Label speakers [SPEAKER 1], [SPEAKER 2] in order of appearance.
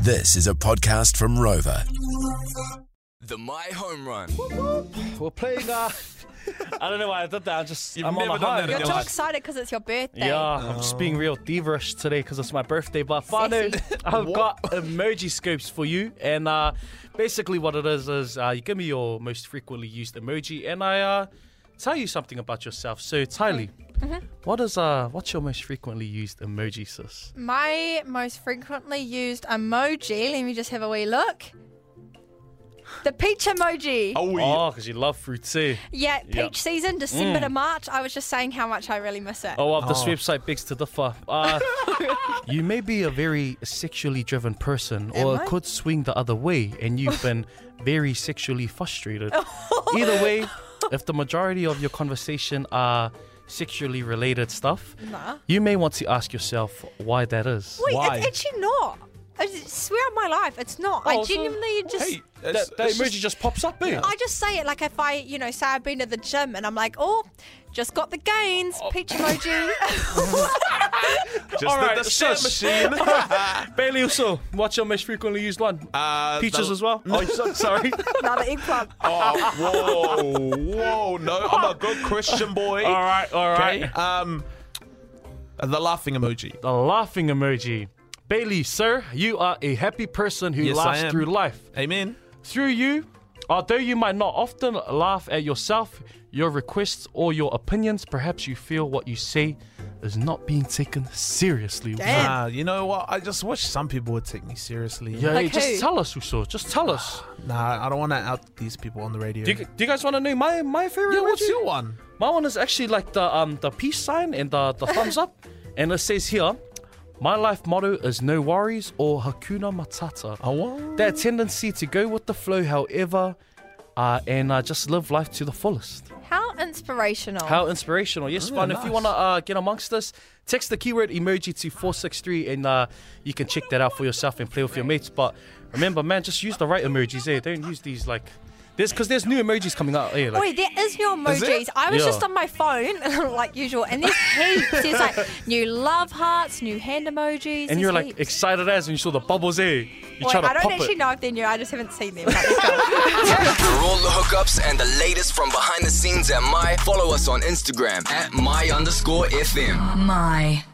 [SPEAKER 1] This is a podcast from Rover.
[SPEAKER 2] The My Home Run.
[SPEAKER 3] We're playing. Uh, I don't know why I did that. I just
[SPEAKER 2] You've
[SPEAKER 3] I'm on
[SPEAKER 2] never
[SPEAKER 3] a
[SPEAKER 2] done
[SPEAKER 3] high.
[SPEAKER 2] that in
[SPEAKER 4] You're
[SPEAKER 2] your
[SPEAKER 4] too
[SPEAKER 2] life. Oh.
[SPEAKER 4] excited because it's your birthday.
[SPEAKER 3] Yeah, I'm just being real diva-ish today because it's my birthday. But Fanu,
[SPEAKER 4] Sassy.
[SPEAKER 3] I've got emoji scopes for you, and uh, basically what it is is uh, you give me your most frequently used emoji, and I uh, tell you something about yourself. So Tylee, what is uh, what's your most frequently used emoji, sis?
[SPEAKER 4] My most frequently used emoji, let me just have a wee look. The peach emoji.
[SPEAKER 2] Oh, yeah.
[SPEAKER 3] Oh, because you love fruit too.
[SPEAKER 4] Yeah, peach
[SPEAKER 3] yeah.
[SPEAKER 4] season, December to March. I was just saying how much I really miss it.
[SPEAKER 3] Oh, well, this website begs to differ. Uh, you may be a very sexually driven person,
[SPEAKER 4] Am
[SPEAKER 3] or
[SPEAKER 4] I?
[SPEAKER 3] it could swing the other way, and you've been very sexually frustrated. Either way, if the majority of your conversation are sexually related stuff,
[SPEAKER 4] Nah.
[SPEAKER 3] you may want to ask yourself why that is.
[SPEAKER 4] Wait,
[SPEAKER 2] why?
[SPEAKER 4] it's actually not. I just swear on my life, it's not.
[SPEAKER 3] Oh,
[SPEAKER 4] I
[SPEAKER 3] so-
[SPEAKER 4] genuinely just.
[SPEAKER 2] Hey, that's,
[SPEAKER 3] that that
[SPEAKER 2] that's
[SPEAKER 3] emoji just, pops up, eh?
[SPEAKER 4] I just say it like if I, you know, say I've been to the gym and I'm like, oh, just got the gains, peach emoji.
[SPEAKER 2] just
[SPEAKER 3] All
[SPEAKER 2] the-
[SPEAKER 3] right,
[SPEAKER 2] the stamp
[SPEAKER 3] shush.
[SPEAKER 2] machine.
[SPEAKER 3] Bailey, also, what's your most frequently used one?
[SPEAKER 2] Uh,
[SPEAKER 3] Peaches
[SPEAKER 2] the-
[SPEAKER 3] as well? Oh, so- sorry.
[SPEAKER 4] Another eggplant.
[SPEAKER 2] Oh, whoa, whoa, no, I'm a good Christian boy.
[SPEAKER 3] all right, all right.
[SPEAKER 2] Okay, um, the laughing emoji.
[SPEAKER 3] The laughing emoji. Bailey, sir, you are a happy person who
[SPEAKER 2] Yes, I
[SPEAKER 3] laughs
[SPEAKER 2] am.
[SPEAKER 3] through life.
[SPEAKER 2] Amen.
[SPEAKER 3] Through you, although you might not often laugh at yourself, your requests, or your opinions, perhaps you feel what you say is not being taken seriously.
[SPEAKER 4] Damn.
[SPEAKER 5] Nah, you know what? I just wish some people would take me seriously.
[SPEAKER 3] Yeah,
[SPEAKER 4] Like
[SPEAKER 3] yeah, just
[SPEAKER 4] who?
[SPEAKER 3] tell us, Uso. Just tell us.
[SPEAKER 5] Nah, I don't want to out these people on the radio.
[SPEAKER 3] Do you, do you guys want to know my my favorite?
[SPEAKER 5] yeah, what's
[SPEAKER 3] emoji?
[SPEAKER 5] your one?
[SPEAKER 3] My one is actually like the um the peace sign and the, the thumbs up, and it says here, my life motto is no worries or hakuna matata.
[SPEAKER 5] Oh,
[SPEAKER 3] that tendency to go with the flow, however, uh, and uh, just live life to the fullest.
[SPEAKER 4] How inspirational.
[SPEAKER 3] How inspirational. Yes,
[SPEAKER 5] Oh, Yeah,
[SPEAKER 3] fun. If you
[SPEAKER 5] nice.
[SPEAKER 3] want to uh, get amongst us, text the keyword emoji to 463 and uh, you can check that out for yourself and play with your mates. But remember, man, just use the right emojis eh? Don't use these like. There's because there's new emojis coming out. eh? like,
[SPEAKER 4] Wait, there is new emojis. I was
[SPEAKER 3] Yeah.
[SPEAKER 4] just on my phone, like usual, and there's heaps. There's like new love hearts, new hand
[SPEAKER 3] and
[SPEAKER 4] emojis. there's
[SPEAKER 3] you're like
[SPEAKER 4] heaps.
[SPEAKER 3] excited as when you saw the bubbles, eh? You
[SPEAKER 4] Wait,
[SPEAKER 3] try to
[SPEAKER 4] I don't
[SPEAKER 3] pop
[SPEAKER 4] actually
[SPEAKER 3] it.
[SPEAKER 4] know if they're new. I just haven't seen them. but let's go.
[SPEAKER 2] For all the hookups and the latest from behind the scenes at My, follow us on Instagram at My underscore FM.
[SPEAKER 6] My.